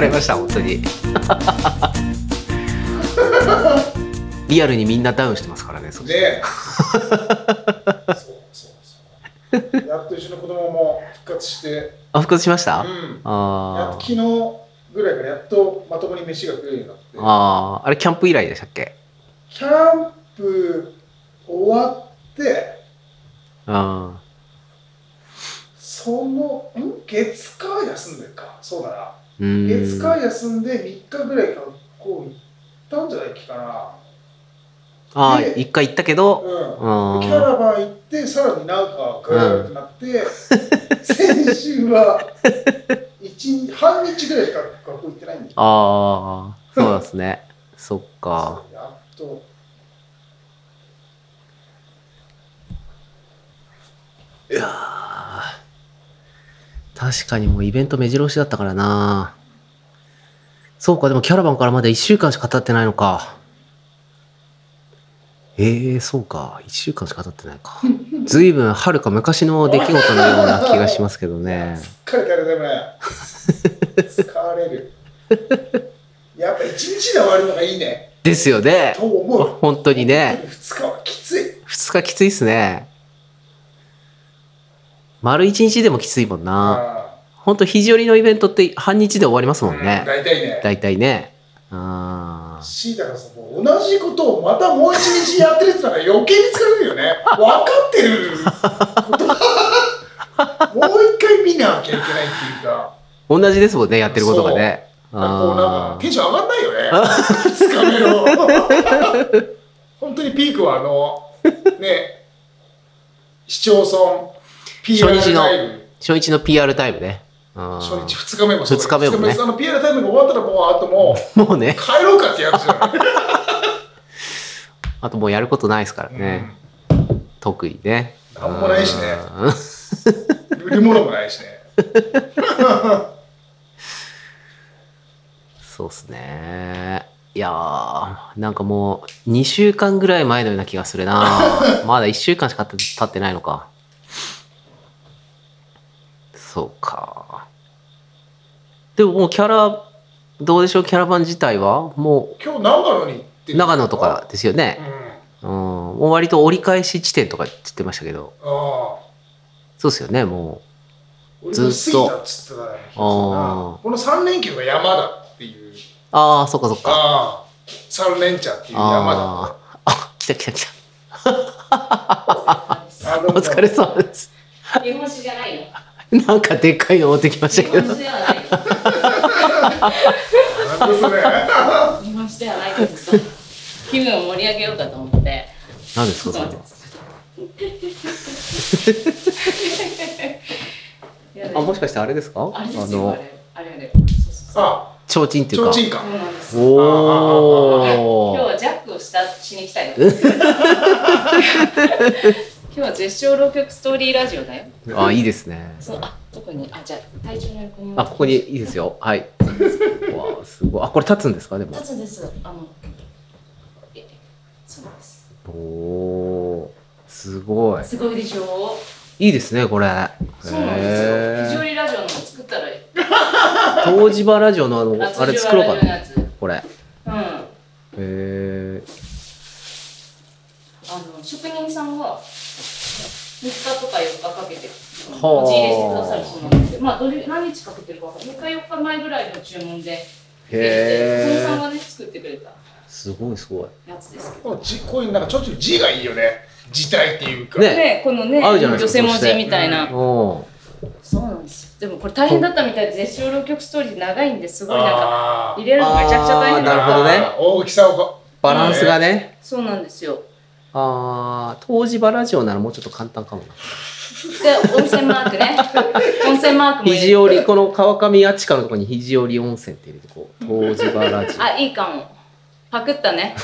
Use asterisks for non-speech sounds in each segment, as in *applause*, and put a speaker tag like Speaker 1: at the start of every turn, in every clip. Speaker 1: れました本当にリアルにみんなダウンしてますからねそして
Speaker 2: でそうそうそうやっとうちの子供も復活して
Speaker 1: あ復活しまし
Speaker 2: う
Speaker 1: た、
Speaker 2: んやっ
Speaker 1: あ
Speaker 2: と昨
Speaker 1: ー
Speaker 2: 日ぐらいからやっとまともに飯が食えるようになって
Speaker 1: あーあれキャンプ以来でしたっけ
Speaker 2: キャンプ終わって
Speaker 1: あ
Speaker 2: そのん月火休んでるかそうだな
Speaker 1: ーうーん
Speaker 2: 月火休んで3日ぐらい学校行ったんじゃないっけかな
Speaker 1: ああ
Speaker 2: で
Speaker 1: 一回行ったけど
Speaker 2: うん
Speaker 1: あ
Speaker 2: キャ
Speaker 1: ー
Speaker 2: ラバン行ってさらになんかグーってなって、先週は一日半日ぐらいしか学校行ってないんで
Speaker 1: あーそうなんですねそっ
Speaker 2: や
Speaker 1: か
Speaker 2: っと
Speaker 1: いやー確かにもうイベント目白押しだったからなそうかでもキャラバンからまだ1週間しか経ってないのかえー、そうか1週間しか経ってないかずいぶんはるか昔の出来事のような気がしますけどね
Speaker 2: 疲れたらでもね疲れるやっぱ一日で終わるのがいいね
Speaker 1: ですよね
Speaker 2: と思う
Speaker 1: 本当にね
Speaker 2: 2日はきつい
Speaker 1: 2日きついっすね丸1日でもきついもんなほんと肘折のイベントって半日で終わりますもん
Speaker 2: うん
Speaker 1: ね
Speaker 2: 大体ね
Speaker 1: 大体ねあー
Speaker 2: シータがさもう同じことをまたもう一日やってるってのが余計に疲れるよね分かってることもう一回見なきゃいけないっていうか
Speaker 1: 同じですもんねやってることがね
Speaker 2: こうなんか
Speaker 1: あ
Speaker 2: テンション上がんないよね2日目の本当にピークはあのね市町村 PR
Speaker 1: 初日の
Speaker 2: タイム
Speaker 1: ー初日の PR タイムねあ
Speaker 2: 初
Speaker 1: ー
Speaker 2: 日2日目もそうだ
Speaker 1: 二日目もね
Speaker 2: 二あの PR タイムが終わったらもうあともう
Speaker 1: もうね
Speaker 2: 帰ろうかってやつじゃない、
Speaker 1: あともうやることないですから
Speaker 2: う
Speaker 1: *laughs*
Speaker 2: ん
Speaker 1: ね、特にね
Speaker 2: なんもないしね
Speaker 1: あー
Speaker 2: 売り物もないしね。
Speaker 1: そうっすねいやーなんかもう2週間ぐらい前のような気がする
Speaker 2: *laughs*
Speaker 1: なまだ1週間しか経って経ってないのかそうかでももうキャラどうでしょうキャラバン自体はも
Speaker 2: 今日長野に行って
Speaker 1: う長野と。かですよね
Speaker 2: う
Speaker 1: うん、
Speaker 2: ん。あ
Speaker 1: もう割と折り返し地点とかって言ってましたけど、
Speaker 2: あ。
Speaker 1: そうですよね、も
Speaker 2: 俺
Speaker 1: ずっと
Speaker 2: 過ぎたっつってたからね
Speaker 1: ああ
Speaker 2: この三連休が山だっていう。
Speaker 1: う。ああ、そっかそっか。
Speaker 2: ああ。三連茶っていう山だ
Speaker 1: あーあ、来た来た来た。
Speaker 2: あの
Speaker 1: お疲れ様です。 *laughs*
Speaker 3: 日本酒じゃないよ。
Speaker 1: なんかでっかいの持ってきました
Speaker 3: 日
Speaker 1: け
Speaker 3: 本
Speaker 1: ど。
Speaker 3: 酒ではないよ。
Speaker 2: なんですね。
Speaker 3: 日本酒ではないけどさ、気分を盛り上げようかと思って。
Speaker 1: 何です
Speaker 3: ちょ
Speaker 1: か
Speaker 3: っと
Speaker 1: それ
Speaker 3: 待って。やだ
Speaker 1: あ、もしかしてあれですか
Speaker 3: あれで
Speaker 1: あ
Speaker 3: すよ
Speaker 1: の、
Speaker 3: あれあれあれ。そうそうそ
Speaker 1: *laughs*
Speaker 3: う。
Speaker 2: あ、
Speaker 1: 提灯って
Speaker 2: ち
Speaker 1: いう
Speaker 2: ょ
Speaker 1: か
Speaker 2: う。ちんか
Speaker 3: そ。うなんですよ。今
Speaker 1: お
Speaker 3: 日
Speaker 1: ー。
Speaker 3: はジャックをしたしに来たよ。
Speaker 1: *laughs*
Speaker 3: 今日は絶唱浪曲ストーリーラジオだよ。
Speaker 1: あ、いいですね。
Speaker 3: そうあどこにあじゃあ体調の横に。
Speaker 1: あ、ここにいいですよ。はい。 *laughs* うわあ、すごい。あ、これ立つんですかでも。
Speaker 3: 立つんです。あのえそうなんです。
Speaker 1: おー。すごい。
Speaker 3: すごいでしょう。
Speaker 1: いいですね、これ。
Speaker 3: そうなんです
Speaker 1: へ
Speaker 3: よ。
Speaker 1: ー
Speaker 3: 非常にラジオの作ったらいい。
Speaker 1: 東芝ラジオの *laughs* あのあれ作ろうかな
Speaker 3: な。うん。
Speaker 1: これへ
Speaker 3: あ
Speaker 1: え
Speaker 3: の職人さんが3日とか4日かけて
Speaker 1: あ
Speaker 3: 持ち入れしてくださるそうなんですよ。まあどれ何日かけてるかわかんない。3日4日前ぐらいの注文で入れて、職人さ
Speaker 1: へ
Speaker 3: ん
Speaker 1: え
Speaker 3: がね作ってくれた
Speaker 1: すごいすごい
Speaker 3: やつですけど。
Speaker 2: このじこういうなんかちょっと字がいいよね。字体っていうか。
Speaker 1: ね
Speaker 3: ねこのね
Speaker 1: 合うじゃないで
Speaker 3: 女
Speaker 1: すか
Speaker 3: 性文
Speaker 1: そし
Speaker 3: 字
Speaker 1: て
Speaker 3: みたいな。
Speaker 1: おー
Speaker 3: そうなんですよ。でもこれ大変だったみたいで、絶唱浪曲ストーリー長いんですごいなんか、
Speaker 2: あ
Speaker 3: 入れるのがめちゃくちゃ大変
Speaker 1: なる
Speaker 3: だ
Speaker 1: ほ
Speaker 3: っ
Speaker 1: どね
Speaker 2: あー大きさをこ
Speaker 1: バランスがね
Speaker 3: た。そうなんですよ。
Speaker 1: あー東芝ラジオならもうちょっと簡単かもな
Speaker 3: で、温泉マーク
Speaker 1: *laughs*
Speaker 3: ね。温泉マークも入れて
Speaker 1: 肘折この川上あっちかのとこに肘折温泉って入れてこう東芝ラ *laughs* ジ
Speaker 3: あ、いいかも。パクったね。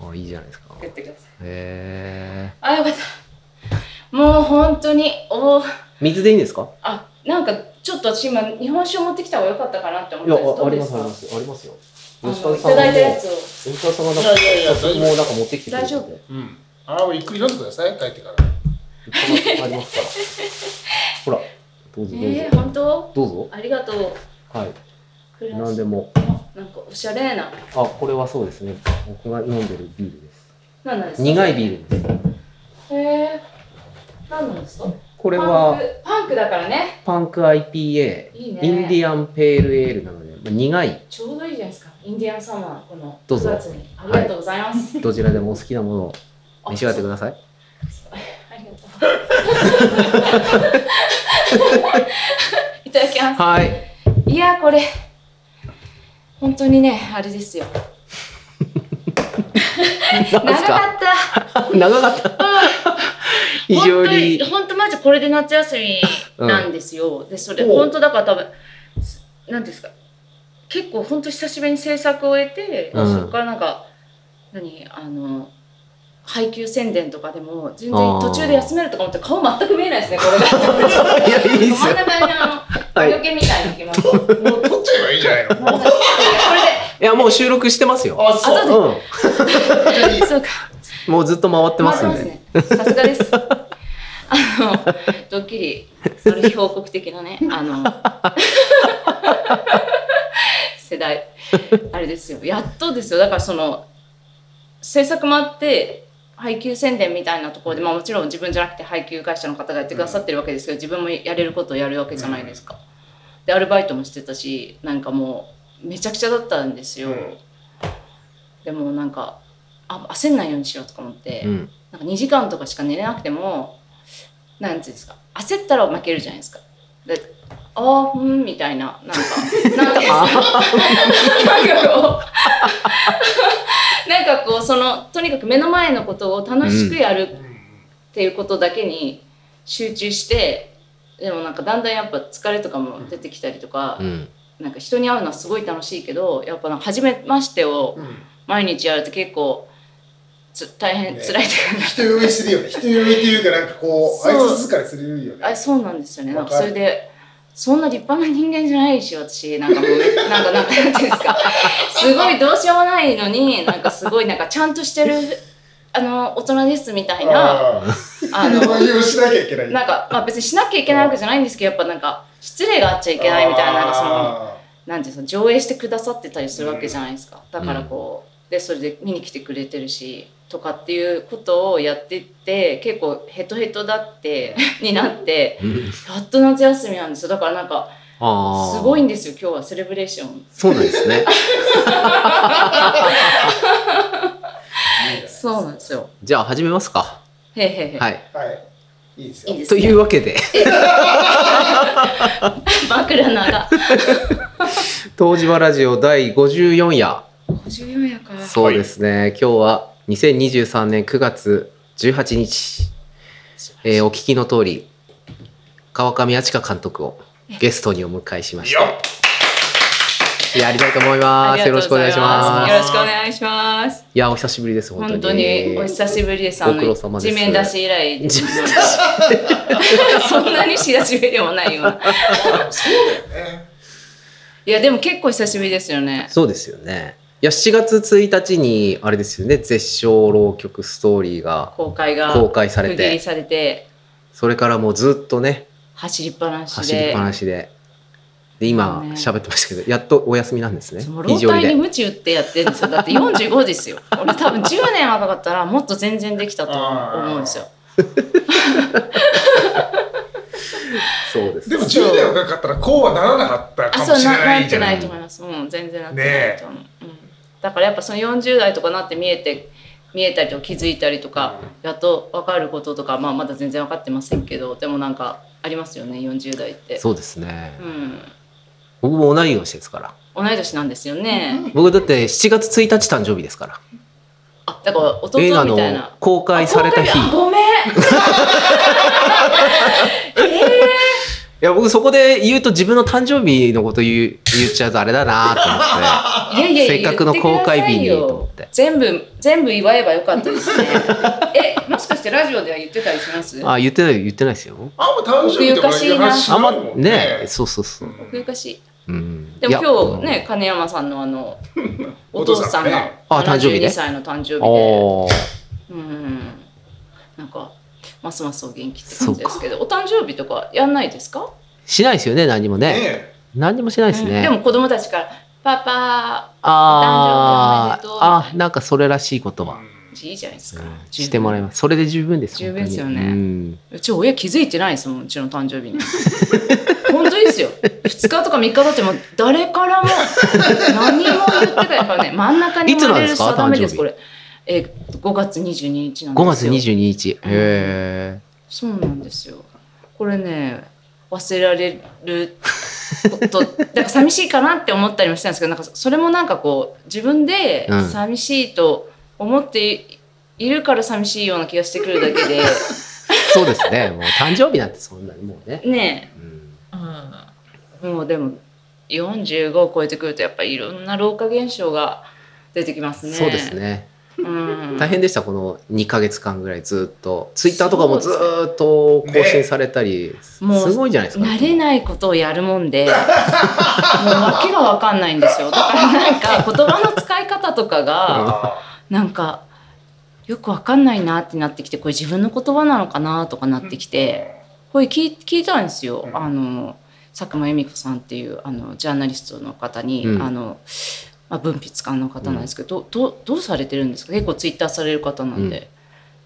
Speaker 1: オあいいじゃないですか
Speaker 3: 言ってください。
Speaker 1: へえ
Speaker 3: あ、よかった。もう本当に、お
Speaker 1: 水でいいんですか
Speaker 3: あ、なんかちょっと私今日本酒を持ってきた方が良かったかなって思
Speaker 1: い
Speaker 3: っ
Speaker 1: や
Speaker 3: たんです
Speaker 1: ああり
Speaker 3: で
Speaker 1: ますすありますありますよ
Speaker 3: あの
Speaker 1: 吉川
Speaker 3: い
Speaker 1: さん
Speaker 3: た
Speaker 1: はも
Speaker 3: だいたやつを。
Speaker 1: う吉川さんがなんか
Speaker 2: いやいやいや大丈夫
Speaker 1: もうなんか持ってきてくれて
Speaker 3: 大丈夫
Speaker 2: う。うん。ああ、ゆっくり読んでください。帰ってか
Speaker 1: い
Speaker 2: ら。
Speaker 1: っぱいありますからほらどうぞどうぞ、
Speaker 3: えー、本当
Speaker 1: どうぞ
Speaker 3: ありがとう。
Speaker 1: はい
Speaker 3: クラ
Speaker 1: 何
Speaker 3: シ
Speaker 1: でも
Speaker 3: あなんかおしゃれな。
Speaker 1: あこれはそうですね僕が飲んでるビールです
Speaker 3: 何なんですか
Speaker 1: 苦いビールです
Speaker 3: へえー。何なんですか
Speaker 1: こ
Speaker 3: こ
Speaker 1: れは
Speaker 3: パンク。パンクだからね。
Speaker 1: パンク IPA
Speaker 3: いいね。
Speaker 1: インディアンペールエールなので、まあ、苦い
Speaker 3: ちょうどいいじゃないですか。インディアンサマー、この
Speaker 1: どうぞ
Speaker 3: 9月に。ありがとうございます。
Speaker 1: どちらでもお好きなものを
Speaker 3: あ
Speaker 1: 召し上がってください
Speaker 3: ありがとう。 *laughs* いただきま
Speaker 1: はい
Speaker 3: す。いや、これ。本当にね、あれですよ。
Speaker 1: 何で
Speaker 3: 長
Speaker 1: す
Speaker 3: か
Speaker 1: か
Speaker 3: った。
Speaker 1: 長かった非常に
Speaker 3: 本当本当マジこれで夏休みなんですよ、でそれ
Speaker 2: おう
Speaker 3: 本当だから多分何ですか結構本当久しぶりに制作を終えて、
Speaker 1: うん
Speaker 3: そこからなんか何あの配給宣伝とかでも全然途中で休めるとか思って顔全く見えないですねこれが
Speaker 1: いやいいっす
Speaker 3: 真ん
Speaker 1: よ
Speaker 3: 中にあの
Speaker 1: *laughs* は
Speaker 3: 魔
Speaker 1: い
Speaker 3: 除けみたいに行きます、真ん中に
Speaker 1: *laughs*
Speaker 2: もう取っちゃえばいいじゃないの。
Speaker 3: こ
Speaker 1: い
Speaker 3: れ
Speaker 1: やもう収録してますよ
Speaker 2: あ、そう。
Speaker 1: う
Speaker 3: でそう
Speaker 1: ん
Speaker 3: か
Speaker 1: もうずっと回ってますんで、
Speaker 3: 回ってますねさすがですあのドッキリそれ非報告的なねあの世代あれですよやっとですよだからその制作もあって配給宣伝みたいなところで、まあ、もちろん自分じゃなくて配給会社の方がやってくださってるわけですけど、自分もやれることをやるわけじゃないですか。でアルバイトもしてたしなんかもうめちゃくちゃだったんですよ。
Speaker 2: うん
Speaker 3: でもなんかあ焦んないようにしようとか思って、
Speaker 1: うん、
Speaker 3: なんか2時間とかしか寝れなくてもなんていうんですか焦ったら負けるじゃないですか。でああうんみたいななん
Speaker 1: *laughs*
Speaker 3: かなんかなんかこう *laughs* なんかこうそのとにかく目の前のことを楽しくやるっていうことだけに集中して、でもなんかだんだんやっぱ疲れとかも出てきたりとか
Speaker 1: う、ん、
Speaker 3: なんか人に会うのはすごい楽しいけどやっぱなんか初めましてを
Speaker 2: うん
Speaker 3: 毎日やると結構つ大変
Speaker 2: *laughs* ね
Speaker 3: 辛いというか、
Speaker 2: 人呼びするよね。人呼びっていうか、なんかこう、
Speaker 3: そう
Speaker 2: 挨拶疲れするよね。
Speaker 3: あそうなんですよねなんか
Speaker 2: わ
Speaker 3: そ
Speaker 2: かる
Speaker 3: れでそんな立派な人間じゃないし私なんかもう *laughs* なんかなんかなんていうんですかすごいどうしようもないのになんかすごいなんかちゃんとしてるあの大人ですみたいな
Speaker 2: あ
Speaker 3: あ
Speaker 2: あ、
Speaker 3: の
Speaker 2: 呼びをしなきゃいけない。
Speaker 3: なんか、まあ、別にしなきゃいけないわけじゃないんですけどやっぱなんか失礼があっちゃいけないみたいななんかその。
Speaker 2: あ
Speaker 3: なんていうの上映してくださってたりするわけじゃないですか、だからこうでそれで見に来てくれてるしとかっていうことをやってって結構ヘトヘトだってになって
Speaker 1: うん
Speaker 3: やっと夏休みなんですよだからなんか
Speaker 1: あー
Speaker 3: すごいんですよ今日はセレブレーション
Speaker 1: そうなんですね
Speaker 2: ーいいね
Speaker 3: そうなんですよ
Speaker 1: じゃあ始めますか
Speaker 3: へいへいへい、、
Speaker 1: はいい
Speaker 2: はい。いいです
Speaker 3: い
Speaker 2: よ。
Speaker 3: です
Speaker 1: と
Speaker 3: ね
Speaker 1: いうわけで
Speaker 3: 枕のが
Speaker 1: 東芝ラジオ第54夜
Speaker 3: 54やから
Speaker 1: そうですね、今日は2023年9月18日、えーお聞きの通り川上敦香監督をゲストにお迎えしまし
Speaker 2: よ
Speaker 1: たやりたいと思いますよろしくお願いしま
Speaker 3: あ
Speaker 1: す
Speaker 3: りがとうございますよろしくお願いします
Speaker 1: いやお久しぶりです本当
Speaker 3: 本
Speaker 1: に
Speaker 3: 当にお久しぶりです。あ
Speaker 1: ご苦労様です
Speaker 3: 地面出し以来です。 *laughs* そんなに親しぶりでもないような。
Speaker 2: そうだよね。
Speaker 3: いやでも結構久しぶりですよね。
Speaker 1: そうですよねいや7月1日にあれですよね絶唱浪曲ストーリーが
Speaker 3: 公開が
Speaker 1: 公開され
Speaker 3: 区切り
Speaker 1: て
Speaker 3: されて
Speaker 1: それからもうずっとね
Speaker 3: 走りっぱなしで。
Speaker 1: 走りっぱなしでで今
Speaker 3: ね
Speaker 1: 喋ってましたけどやっとお休みなんですね
Speaker 3: その
Speaker 1: 以
Speaker 3: 老
Speaker 1: 上で
Speaker 3: 体に鞭打ってやってるんですよ。
Speaker 1: *laughs*
Speaker 3: だって45ですよ。俺多分10年若かったらもっと全然できたと思うんですよ。
Speaker 1: そうです
Speaker 2: でも、10年若かったら、こうはならなかった
Speaker 3: あ
Speaker 2: か
Speaker 3: そ
Speaker 2: も
Speaker 3: う
Speaker 2: しれ
Speaker 3: な
Speaker 2: な
Speaker 3: ないっ
Speaker 2: じ
Speaker 3: て
Speaker 2: ゃ
Speaker 3: な
Speaker 2: ないい
Speaker 3: と。思います。うん全然なってないと思う。うんだからやっぱその40代とかなって見えて見えたりとか気づいたりとか、やっと分かることとかまあまだ全然分かってませんけどでもなんかありますよね40代って。
Speaker 1: そうですね、
Speaker 3: うん
Speaker 1: 僕も同い年ですから
Speaker 3: 同い年なんですよね。
Speaker 1: 僕だって7月1日誕生日ですから
Speaker 3: あだから弟み
Speaker 1: 映画の
Speaker 3: たいな。
Speaker 1: 公開された日
Speaker 3: あ
Speaker 1: い
Speaker 3: ごめん。 *laughs*
Speaker 1: や僕そこで言うと自分の誕生日のこと言う言っちゃうとあれだなと思っ
Speaker 3: いやいや
Speaker 1: せっかくの公開日に
Speaker 3: 言ってくださいよ
Speaker 1: と思って
Speaker 3: 全部全部祝えばよかったですね。 *laughs* えもしかしてラジオでは言ってたりし *laughs* ます？
Speaker 1: てあ言ってない言ってないですよ
Speaker 2: あんま誕生日とかいう話
Speaker 1: あんま
Speaker 2: ないもん
Speaker 1: ねそうそうそう、
Speaker 3: 奥ゆかしい。
Speaker 1: うん、
Speaker 3: で
Speaker 1: いや
Speaker 3: も今日ね、金山さんのあのお父さ
Speaker 2: お父さ
Speaker 3: ん
Speaker 2: ん
Speaker 3: が
Speaker 2: ね
Speaker 1: あ誕生日ね
Speaker 3: 72歳の誕生日
Speaker 1: ああ
Speaker 3: で、
Speaker 1: ー
Speaker 3: うん、なんかますますお元気って感じですけど、お誕生日とかやんないですか？
Speaker 1: しないですよね、何もね。
Speaker 2: え
Speaker 1: 何もしないですね。
Speaker 3: でも子供たちから「パパ
Speaker 1: あ
Speaker 3: お誕生日おめでとうみたい
Speaker 1: あ
Speaker 3: な
Speaker 1: あ、なんかそれらしい言葉、
Speaker 2: うん」
Speaker 3: いいじゃないですか、
Speaker 1: うんしてもらいます。それで十分です。
Speaker 3: 十分ですよね
Speaker 1: 本当にうん
Speaker 3: うち親気づいてないですもんうちの誕生日に *laughs* 本当ですよ2日とか3日経っても誰からも *laughs* 何も言ってないからね真ん中に
Speaker 1: いつ
Speaker 3: 生
Speaker 1: なん
Speaker 3: ま
Speaker 1: で
Speaker 3: れる
Speaker 1: すか
Speaker 3: 定めです
Speaker 1: 誕
Speaker 3: こ
Speaker 1: 生
Speaker 3: れえ5月22日なんです
Speaker 1: 5
Speaker 3: よ
Speaker 1: 月22日。へ
Speaker 3: うん
Speaker 1: え。
Speaker 3: そうなんですよこれね忘れられること *laughs* だから寂しいかなって思ったりもしたんですけどなんかそれもなんかこう自分で
Speaker 1: うん
Speaker 3: 寂しいと思っているから寂しいような気がしてくるだけで、
Speaker 1: そうです
Speaker 3: *laughs*
Speaker 1: ね。もう誕生日なんてそんなにもうね。
Speaker 3: ね
Speaker 1: うん
Speaker 3: えもうでも45を超えてくるとやっぱりいろんな老化現象が出てきますね。
Speaker 1: そうですね。
Speaker 3: うん、
Speaker 1: 大変でした、この2ヶ月間ぐらいずっと。ツイッターとかもずーっと更新されたり、す
Speaker 3: もう
Speaker 1: ごいじゃないですか。
Speaker 3: 慣れないことをやるもんでもう訳が分かんないんですよだからなんか言葉の使い方とかが
Speaker 2: あ
Speaker 3: なんかよく分かんないなってなってきてこれ自分の言葉なのかなとかなってきてこれ聞い聞いたんですよあの佐久間由美子さんっていうあのジャーナリストの方に、
Speaker 1: うん
Speaker 3: あのまあ、文筆家の方なんですけど、どどうされてるんですか結構ツイッターされる方なんで、
Speaker 1: うん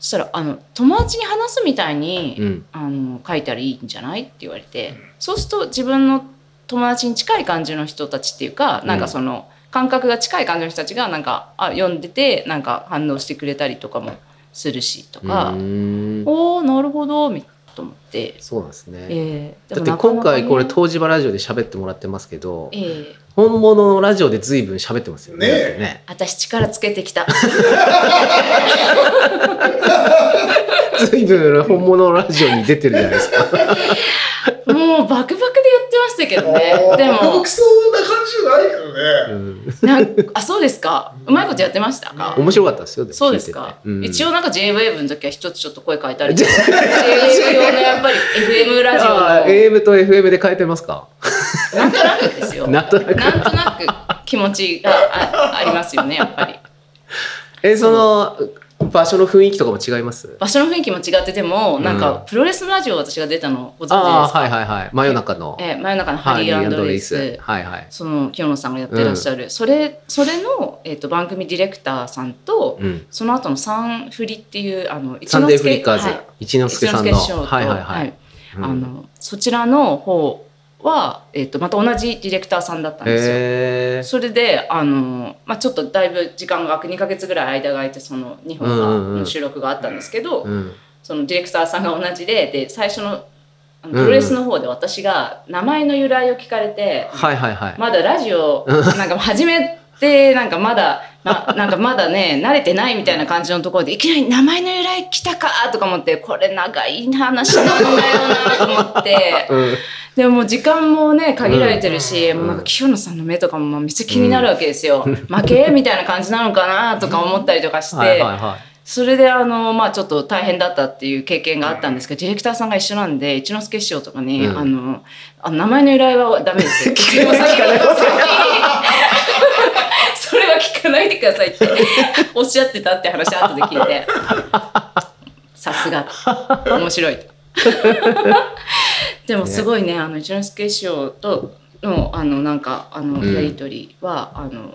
Speaker 3: そしたらあの友達に話すみたいに、
Speaker 1: うん。
Speaker 3: あの書いたらいいんじゃないって言われて、そうすると自分の友達に近い感じの人たちっていうか、
Speaker 1: ん
Speaker 3: なんかその感覚が近い感じの人たちがなんかあ読んでてなんか反応してくれたりとかもするしと
Speaker 1: う
Speaker 3: か、
Speaker 1: ーん
Speaker 3: おおなるほどみと思って、
Speaker 1: そうなんですね。
Speaker 3: えー、
Speaker 1: だっ
Speaker 3: でも
Speaker 1: て
Speaker 3: なか
Speaker 1: 今
Speaker 3: なかね
Speaker 1: 回これ東芝ラジオで喋ってもらってますけど
Speaker 3: え、ー
Speaker 1: 本物のラジオで随分喋ってますよね。
Speaker 2: ねえ
Speaker 1: だってね
Speaker 3: 私力つけてきた
Speaker 1: 随分本物のラジオに出てるじゃないですか。
Speaker 3: もうバクバクでやってましたけど
Speaker 2: あ *laughs*
Speaker 3: ねでも
Speaker 2: 僕そうな感じじゃないけど
Speaker 1: うん
Speaker 2: ね。
Speaker 3: なんあそうですかうまいことやってましたか
Speaker 1: 面白かったですよ。も
Speaker 3: そうですか。
Speaker 1: 聞いててうん
Speaker 3: 一応なんか JWAVE の時は一つちょっと声変え
Speaker 1: *laughs*
Speaker 3: たりとか JWAVE 用のやっぱり FM ラジ
Speaker 1: ああ
Speaker 3: オ
Speaker 1: AM と FM で変えてますか。
Speaker 3: のなんとなくですよ。
Speaker 1: なんとなく
Speaker 3: なんとなく気持ちがあありますよね、やっぱり。
Speaker 1: えその場所の雰囲気とかも違います。
Speaker 3: 場所の雰囲気も違ってても、なんかプロレスラジオ私が出たのご存知です
Speaker 1: ああ
Speaker 3: か、
Speaker 1: はいはいはい真夜中の
Speaker 3: えー真夜中のハ
Speaker 1: は
Speaker 3: リ
Speaker 1: い
Speaker 3: ー
Speaker 1: リー
Speaker 3: レ
Speaker 1: レ
Speaker 3: イ
Speaker 1: イ
Speaker 3: ス
Speaker 1: ス。はいはい。
Speaker 3: その清野さんがやってらっしゃる、それそれの、えー、と番組ディレクターさんと、
Speaker 1: うん。
Speaker 3: その後のサンフリっていうあの
Speaker 1: サンデーフリッカーズ
Speaker 3: はい
Speaker 1: 一之輔
Speaker 3: 一之
Speaker 1: さん
Speaker 3: 輔
Speaker 1: の
Speaker 3: 師匠と、
Speaker 1: はいはいはい。うん
Speaker 3: あのそちらの方は、えっとまた同じディレクターさんだったんですよ。
Speaker 1: へえ。
Speaker 3: それであの、まあ、ちょっとだいぶ時間が2ヶ月ぐらい間が空いてその2本が、
Speaker 1: うんうんうん
Speaker 3: 収録があったんですけど、
Speaker 1: うん
Speaker 3: そのディレクターさんが同じでで最初のあの
Speaker 1: うんうん
Speaker 3: プロレスの方で私が名前の由来を聞かれて、
Speaker 1: はいはいはい。
Speaker 3: まだラジオなんか始めてなんかまだ *laughs* ななんかまだね慣れてないみたいな感じのところでいきなり名前の由来来たかとか思ってこれ長い話なんだよなと思って
Speaker 1: *laughs* うん
Speaker 3: でももう時間もね限られてるし、
Speaker 2: うん
Speaker 3: もうなんか清野さんの目とかもまあめっちゃ気になるわけですよ、負けみたいな感じなのかなとか思ったりとかして、
Speaker 1: はいはいはい。
Speaker 3: それであの、まあ、ちょっと大変だったっていう経験があったんですけど、ディレクターさんが一緒なんで一之輔師匠とかに、
Speaker 1: うん
Speaker 3: あのあの名前の由来はダメですよ聞かないでください *laughs* それは聞かないでくださ
Speaker 1: *laughs*
Speaker 3: いっておっしゃってたって話後で聞いてさすが
Speaker 1: *laughs*
Speaker 3: 面白いでもすごいねあの一之輔師匠とのあのなんかあの
Speaker 1: うん
Speaker 3: やり取りは、あの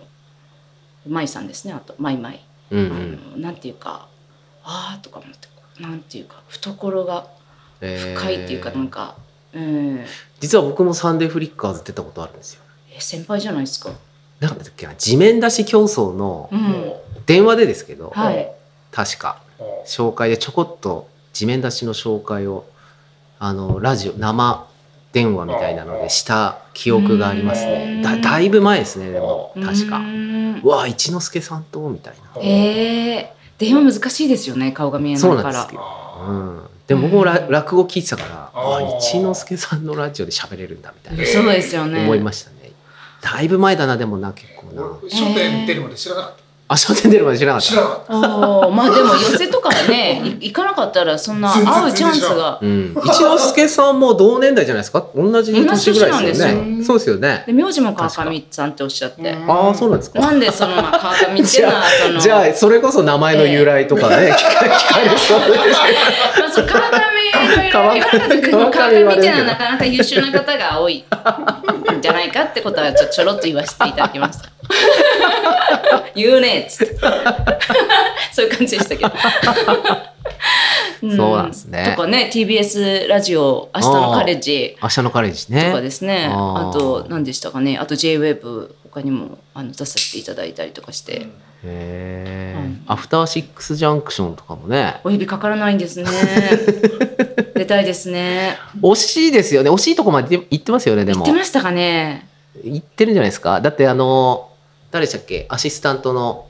Speaker 3: 舞さんですねあと舞舞。
Speaker 1: *laughs* うんう
Speaker 3: あ
Speaker 1: ん。
Speaker 3: のなんていうかあーとか思ってこうなんていうか懐が *laughs* 深いっていうか
Speaker 1: へー
Speaker 3: なんか、うんえ
Speaker 1: 実は僕もサンデーフリッカーズ出たことあるんですよ。
Speaker 3: 先輩じゃないですか。
Speaker 1: なんだっけな地面出し競争の
Speaker 3: うん
Speaker 2: も
Speaker 1: 電話でですけど、
Speaker 2: う
Speaker 3: はい
Speaker 1: 確か
Speaker 2: もう
Speaker 1: 紹介でちょこっと地面出しの紹介をあのラジオ生電話みたいなのでした記憶があります
Speaker 3: う
Speaker 1: ね
Speaker 3: ん
Speaker 1: だだいぶ前ですねでも
Speaker 3: う
Speaker 1: 確か
Speaker 3: ーん
Speaker 1: うわあ一之輔さんとみたいな、
Speaker 3: えー、電話難しいですよね顔が見えないか
Speaker 1: そう
Speaker 3: ら。
Speaker 1: なんですけど、
Speaker 2: あ
Speaker 1: うん、でも僕もら
Speaker 3: うん
Speaker 1: 落語聞いてたから
Speaker 2: あー
Speaker 1: あ一之輔さんのラジオで喋れるんだみたいな
Speaker 2: え
Speaker 3: そうですよね。
Speaker 1: 思いましたねだいぶ前だなでもな結構
Speaker 2: ー
Speaker 1: な
Speaker 2: 俺商店出るまで知らなかっ
Speaker 1: あ、商店出るまで知らなかっ
Speaker 2: 知
Speaker 1: た。
Speaker 2: らなかっ
Speaker 3: ああ、まあでも寄せとか
Speaker 1: *laughs*
Speaker 3: ね、い行かなかったらそんな
Speaker 2: 全然
Speaker 3: 会うチャンスが。
Speaker 1: うん。一之輔さんも同年代じゃないですか同じ年ぐらいですよ
Speaker 3: 同じ年なん
Speaker 1: ね。
Speaker 2: ですよ
Speaker 1: そうですよね。
Speaker 3: で、名字も川上さんっておっしゃって。
Speaker 2: うん
Speaker 1: ああ、そうなんですか。
Speaker 3: なんでその、まあ、川上っていうのは、その、
Speaker 1: じゃあ、それこそ名前の由来とかね、聞か聞かれそうです
Speaker 3: まあ、そう川上のいろいろ
Speaker 1: 川上
Speaker 3: 川上っていうのは
Speaker 1: 川上
Speaker 3: なかなか優秀な方が多いんじゃないかってことはちょちょろっと言わせていただきました言うねっつってそういう感じでしたけど
Speaker 1: *laughs* そうなんですね
Speaker 3: とかね TBS ラジオ「明日のカレッジ
Speaker 1: *laughs* 明日のカレッジ」
Speaker 3: とか
Speaker 1: ね。
Speaker 3: ですね
Speaker 1: あ
Speaker 3: あ
Speaker 1: ー
Speaker 3: と何でしたかねあと JWAVE 他にもあの出させていただいたりとかして、
Speaker 2: た。
Speaker 1: へ
Speaker 3: うん
Speaker 1: え。アフターシックスジャンクションとかもね。
Speaker 3: お指かからないんで
Speaker 1: *laughs*
Speaker 3: すね出たいですね
Speaker 1: 惜しいですよね。惜しいとこまで行ってますよね、で
Speaker 3: 言
Speaker 1: も
Speaker 3: って。ましたかね
Speaker 1: 行ってるんじゃないですかだってあの誰でしたっけアシスタントの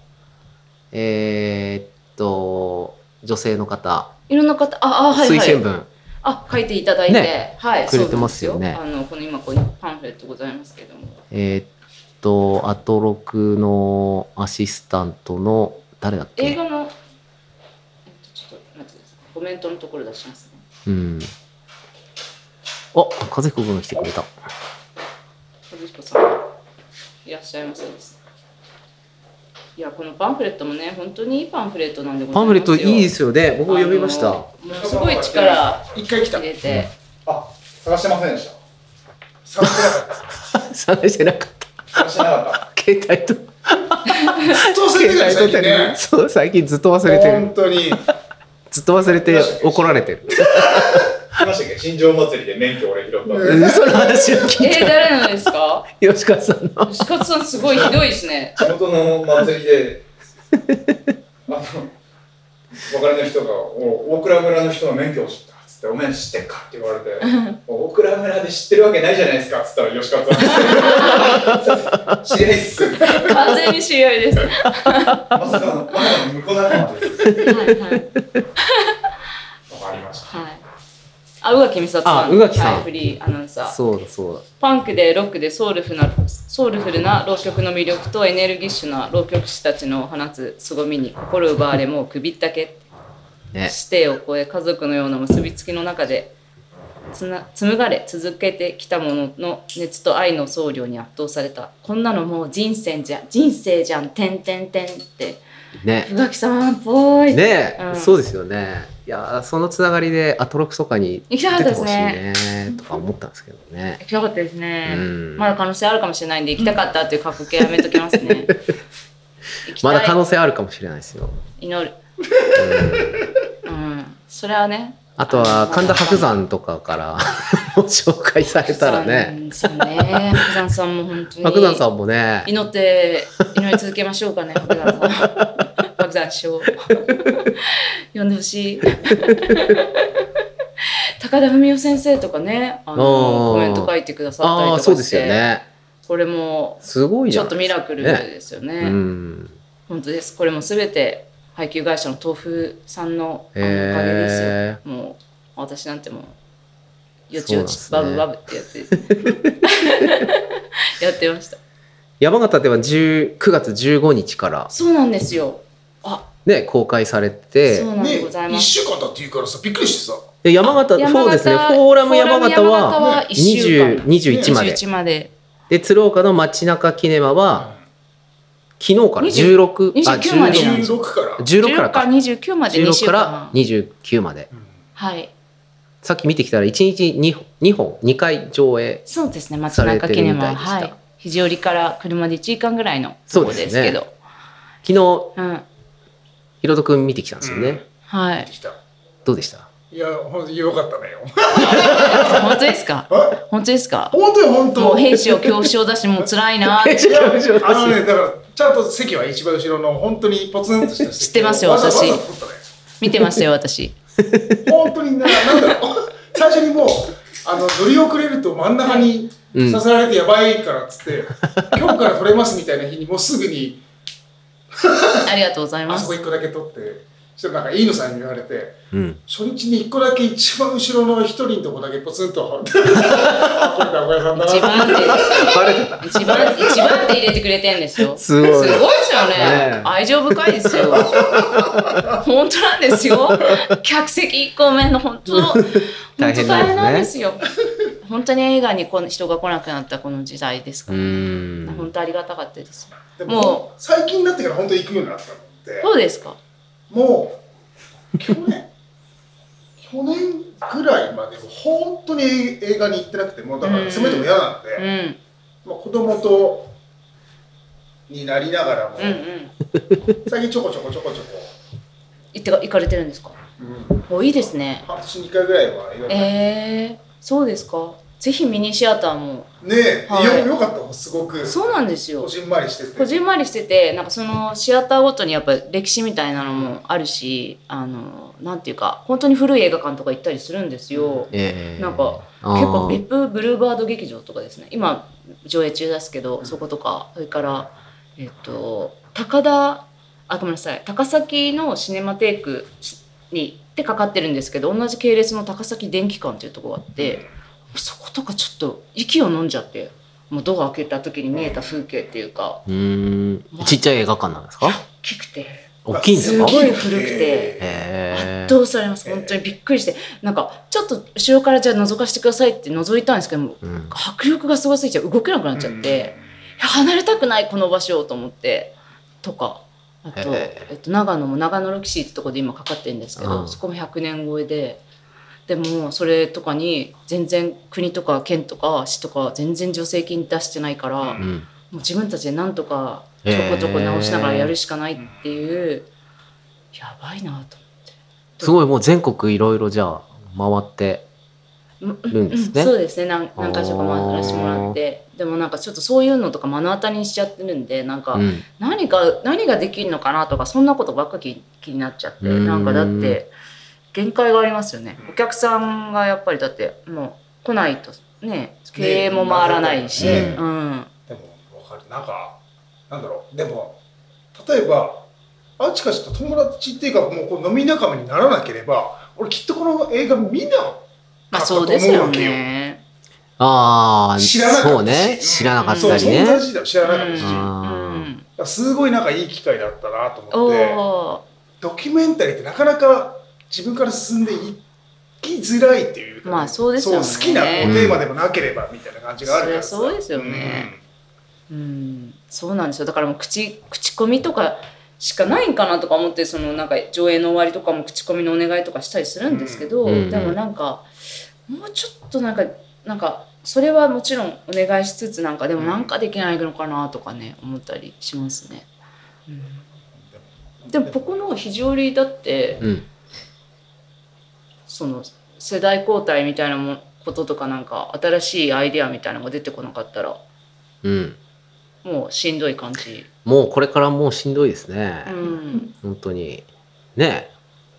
Speaker 1: えーっと女性の方、
Speaker 3: いろんな方、あ、あ、はい、はい。
Speaker 1: 推薦文
Speaker 3: あ、書いていただいて、
Speaker 1: ね
Speaker 3: はい、
Speaker 1: くれてますよね
Speaker 3: そうなんですあの、この今ここにパンフレットございますけども。
Speaker 1: えーっとアトロクのアシスタントの誰だっ
Speaker 3: 映
Speaker 1: け、
Speaker 3: 画の。えっとちょっと待ってください。コメントのところ出しますね。
Speaker 1: うん、あ和彦君が来てくれた
Speaker 3: 和彦さん。いらっしゃいませです。いや、このパンフレットもね、本当にいいパンフレットなんでござ
Speaker 1: パ
Speaker 3: いますよ。
Speaker 1: ンフレットいいですよね僕も読みまし
Speaker 3: あ
Speaker 1: た
Speaker 3: のもうすごい力
Speaker 2: 一回来た
Speaker 3: 入。れて。
Speaker 4: あ、探してませんでした。
Speaker 2: 探してなかったで
Speaker 1: *laughs* 探してなかった
Speaker 4: 探してなかった。
Speaker 1: 携帯と
Speaker 2: す。そうして
Speaker 1: 携
Speaker 2: るから
Speaker 1: 帯
Speaker 2: 最
Speaker 1: と
Speaker 2: 近
Speaker 1: ね
Speaker 2: ね。
Speaker 1: そう最近ずっと忘れてる
Speaker 2: 本当に。
Speaker 1: ずっと忘れて怒られてる
Speaker 4: 来ましたっけ新庄祭りで免許俺拾ったんで。
Speaker 1: 嘘の話を聞
Speaker 3: え
Speaker 1: い
Speaker 3: ー、誰のですか。
Speaker 1: た吉川さんの
Speaker 3: 吉勝さん、すごいひどいですね。
Speaker 4: 地元の祭りで、あの、別れの人が、お大倉村の人の免許を知った。つって、お前知ってっかって言われ
Speaker 3: *laughs*
Speaker 4: て、大倉村で知ってるわけないじゃないですか。つったら吉川さん。知り合いっす。
Speaker 3: 完全に知り合いです。は
Speaker 4: まさかの、まさかの向こう仲間です。
Speaker 3: い、はい。
Speaker 4: わかりました。
Speaker 3: はい。あ、宇垣美里さん。
Speaker 1: あ宇垣さん
Speaker 3: はい、フリーアナウンサ
Speaker 1: *laughs*
Speaker 3: ー。
Speaker 1: そうだそうだ
Speaker 3: パンクでロックでソウルフな、ソウルフルな浪曲の魅力とエネルギッシュな浪曲師たちの放つ凄みに心奪われもう首ったけ。
Speaker 1: ね
Speaker 3: 師弟を超え家族のような結びつきの中でつな紡がれ続けてきたものの熱と愛の僧侶に圧倒されたこんなのもう人生じゃん人生じゃんてんてんてんって
Speaker 1: ね
Speaker 3: 宇垣さんっぽい
Speaker 1: ね、
Speaker 3: うん
Speaker 1: そうですよねいやーそのつながりでアトロクとかに
Speaker 3: 行きたかったですね
Speaker 1: ねとか思ったんですけどね
Speaker 3: 行きたかったですね、
Speaker 1: うん
Speaker 3: まだ可能性あるかもしれないんで行きたかったっていう過去形やめときますね行きたい
Speaker 1: まだ可能性あるかもしれないですよ、
Speaker 3: 祈る
Speaker 1: うん
Speaker 3: うんそれはね
Speaker 1: あとは神田伯山とかから *laughs* 紹介されたらね
Speaker 3: そうね白山さんも本当に
Speaker 1: 伯山さんもね
Speaker 3: 祈って祈り続けましょうかね白山さん白山師匠呼んでほしい高田文夫先生とかねあの
Speaker 1: あー
Speaker 3: コメント書いてくださったり
Speaker 1: あ
Speaker 3: と
Speaker 1: あ
Speaker 3: か
Speaker 1: ーそうで
Speaker 3: し
Speaker 1: すよ
Speaker 3: て、
Speaker 1: ね
Speaker 3: これも
Speaker 1: すごい
Speaker 3: ち
Speaker 1: じゃ
Speaker 3: ょっ
Speaker 1: ん
Speaker 3: とミラクルですよね
Speaker 1: うん
Speaker 3: 本当です。これもすべて配給会社の豆腐さんのあのおかげです
Speaker 1: へえ
Speaker 3: よ。もう私なんてもうよちよち、
Speaker 1: そ
Speaker 3: バ
Speaker 1: うなん
Speaker 3: ブ
Speaker 1: ですね
Speaker 3: バブってや *laughs* つです、ね。やってました。
Speaker 1: 山形では10 9月15日から
Speaker 3: そうなんですよ。あ、
Speaker 1: ね公開されて
Speaker 3: そうなんでござい
Speaker 2: ね、
Speaker 3: ま
Speaker 2: 一
Speaker 3: す。
Speaker 2: 週間だって言うからさ、びっくりしてさ。
Speaker 1: で山形
Speaker 3: 山形
Speaker 1: そうですねフォーラム山形
Speaker 3: フォーラム山形は
Speaker 1: は
Speaker 3: 一週間
Speaker 1: 20 21まで
Speaker 3: 21まで。
Speaker 1: で鶴岡の街中キネマは昨日から16
Speaker 3: 20
Speaker 1: あ
Speaker 3: 29までなん
Speaker 1: 16
Speaker 3: です
Speaker 2: 16から。
Speaker 1: 16からか
Speaker 3: 29まで2
Speaker 1: 16
Speaker 3: 週
Speaker 1: から
Speaker 3: 間。
Speaker 1: 29まで
Speaker 3: はい。
Speaker 1: さっき見てきたら1日 2, 本2回上映
Speaker 3: そうですね。街中記
Speaker 1: されてる
Speaker 3: 念
Speaker 1: みたい
Speaker 3: は。
Speaker 1: でした
Speaker 3: はい。肘折から車で1時間ぐらいのとこですけど。
Speaker 1: 昨日
Speaker 3: うん。
Speaker 1: ひろとくん見てきたんですよね、
Speaker 2: うん
Speaker 3: はい。
Speaker 2: 来た。
Speaker 1: どうでした
Speaker 2: いや、ほんとよかったね。 *laughs*
Speaker 3: 本当ですか
Speaker 2: え
Speaker 3: 本当ですか
Speaker 2: 本当よ、本当。
Speaker 3: もう兵士を恐怖症だしもう辛いなって
Speaker 2: いやあのね、だから、ちゃんと席は一番後ろの、本当にポツンとした席。
Speaker 3: 知ってますよ
Speaker 2: わざわざ
Speaker 3: 私
Speaker 2: 取ったね
Speaker 3: 見てましたよ私
Speaker 2: 本当にな、なんだろう。 *laughs* 最初にもう、あの、乗り遅れると真ん中に
Speaker 1: うん
Speaker 2: 刺さられてやばいからっつって、今日から取れますみたいな日に、もうすぐに、
Speaker 3: ありがとうござい
Speaker 2: あ
Speaker 3: ま
Speaker 2: そ
Speaker 3: す
Speaker 2: こ一個だけ取って、そしたらなんか飯野さんに言われて
Speaker 1: うん。
Speaker 2: 初日に一個だけ一番後ろの一人のとこだけポツンと
Speaker 3: *laughs*
Speaker 2: これ名古屋さんだ
Speaker 3: 一
Speaker 2: な
Speaker 3: 番手
Speaker 1: バレてた。
Speaker 3: 一番一番手入れてくれてんですよ。
Speaker 1: すごい
Speaker 3: すごいですよね。
Speaker 1: ねえ
Speaker 3: 愛情深いですよ。本当なんですよ。客席一個目の本当本当
Speaker 1: 大
Speaker 3: 大
Speaker 1: 変
Speaker 3: 変
Speaker 1: なんですね
Speaker 3: なんですよ。本当に映画にこの人が来なくなったこの時代です
Speaker 1: う
Speaker 3: から、
Speaker 1: ーん。
Speaker 3: 本当ありがたかったです。
Speaker 2: で
Speaker 3: も
Speaker 2: 最近になってから本当に行くようになったので
Speaker 3: そうですか。
Speaker 2: もう去年去年ぐらいまで本当に映画に行ってなくてもうだか
Speaker 3: うん
Speaker 2: ら攻めても嫌なんで、
Speaker 3: うんうん
Speaker 2: まあ、子供とになりながらも、
Speaker 3: うん。
Speaker 2: 最近ちょこちょこちょこちょこ、
Speaker 3: 行ってか行かれてるんですか。
Speaker 2: うん、
Speaker 3: もういいですね。
Speaker 2: 半年に1回ぐらいは映画にね
Speaker 3: えー、そうですか。ぜひミニシアターも。
Speaker 2: え、
Speaker 3: はい
Speaker 2: よよかったもんすごく
Speaker 3: そうなんですよ
Speaker 2: こ。じんまりしてて
Speaker 3: こじんまりしててなんかそのシアターごとにやっぱ歴史みたいなのもあるしあのなんていうか本当に古い映画館とか行ったりするんですよ、
Speaker 1: ええ。
Speaker 3: なんか
Speaker 1: あー、
Speaker 3: 結構別府ブルーバード劇場とかですね今上映中ですけどそことかそれからえっと高田あごめんなさい高崎のシネマテイクにでかかってるんですけど同じ系列の高崎電気館っていうとこがあってそことかちょっと息を飲んじゃってもうドア開けた時に見えた風景っていうか
Speaker 1: うーん。ちっちゃい映画館なんですか
Speaker 3: 大きくて
Speaker 1: 大きいんです
Speaker 3: す
Speaker 1: か
Speaker 3: ごい古くて
Speaker 1: え
Speaker 3: 圧
Speaker 1: え。
Speaker 3: 倒されます本当にびっくりしてなんかちょっと後ろからじゃあ覗かせてくださいって覗いたんですけども
Speaker 1: うん。
Speaker 3: 迫力がすごすぎちゃう動けなくなっちゃって、いや離れたくないこの場所をと思ってとかあと,、
Speaker 1: へ
Speaker 3: えっと長野も長野ロキシーってとこで今かかってるんですけど、
Speaker 1: うん
Speaker 3: そこも100年超えででもそれとかに全然国とか県とか市とか全然助成金出してないから。
Speaker 4: うん
Speaker 1: うん。
Speaker 3: もう自分たちでなんとか
Speaker 1: へ
Speaker 3: ちょ
Speaker 1: ー
Speaker 3: こちょこ直しながらやるしかないっていう、やばいなと
Speaker 1: すごいもう全国いろいろじゃあ回って
Speaker 3: 思って、
Speaker 1: るんですね
Speaker 3: そうですねなん何か所か回らせてもらってでもなんかちょっとそういうのとか目の当たりにしちゃってるんでなんか、
Speaker 1: うん
Speaker 3: 何か何ができるのかなとかそんなことばっか気気になっちゃって
Speaker 1: うーん
Speaker 3: なんかだって限界がありますよねお客さんがやっぱりだってもう来ないとね経営も回らないし、
Speaker 2: ね
Speaker 3: うん
Speaker 2: でもわかるなんかなんだろうでも例えばあちかちと友達っていうかもうこう飲み仲間にならなければ俺きっとこの映画見な
Speaker 3: まあ
Speaker 2: かったと
Speaker 3: そ
Speaker 2: 思
Speaker 3: う
Speaker 2: うわけよ
Speaker 3: ですよね。
Speaker 1: ああ、
Speaker 2: 知らなかったし
Speaker 1: そうね。知らなかっ
Speaker 2: そう
Speaker 1: たりね。
Speaker 2: 存在自体を知らなかったし、
Speaker 3: う
Speaker 2: だか
Speaker 1: ん
Speaker 2: らすごいなんかいい機会だったなと思
Speaker 3: お
Speaker 2: って
Speaker 3: お
Speaker 2: ドキュメンタリーってなかなか自分から進んでいきづらいっていうか、
Speaker 3: まあそうですよね
Speaker 2: そう好きなこうテーマでもなければみたいな感じがあるからさ
Speaker 3: そりゃそうですよね
Speaker 2: うん
Speaker 3: ー、うん、そうなんですよだからもう口口コミとかしかないんかなとか思ってそのなんか上映の終わりとかも口コミのお願いとかしたりするんですけど、
Speaker 1: うんうん
Speaker 3: でもなんかもうちょっとなんかなんかそれはもちろんお願いしつつなんかでもなんかできないのかなとかね思ったりしますね。うん、でもここの非常にだって
Speaker 1: うん。
Speaker 3: その世代交代みたいなもこととかなんか新しいアイデアみたいなのが出てこなかったら
Speaker 1: うん。
Speaker 3: もうしんどい感じ。
Speaker 1: もうこれからもうしんどいですね。
Speaker 3: うん
Speaker 1: 本当に。ね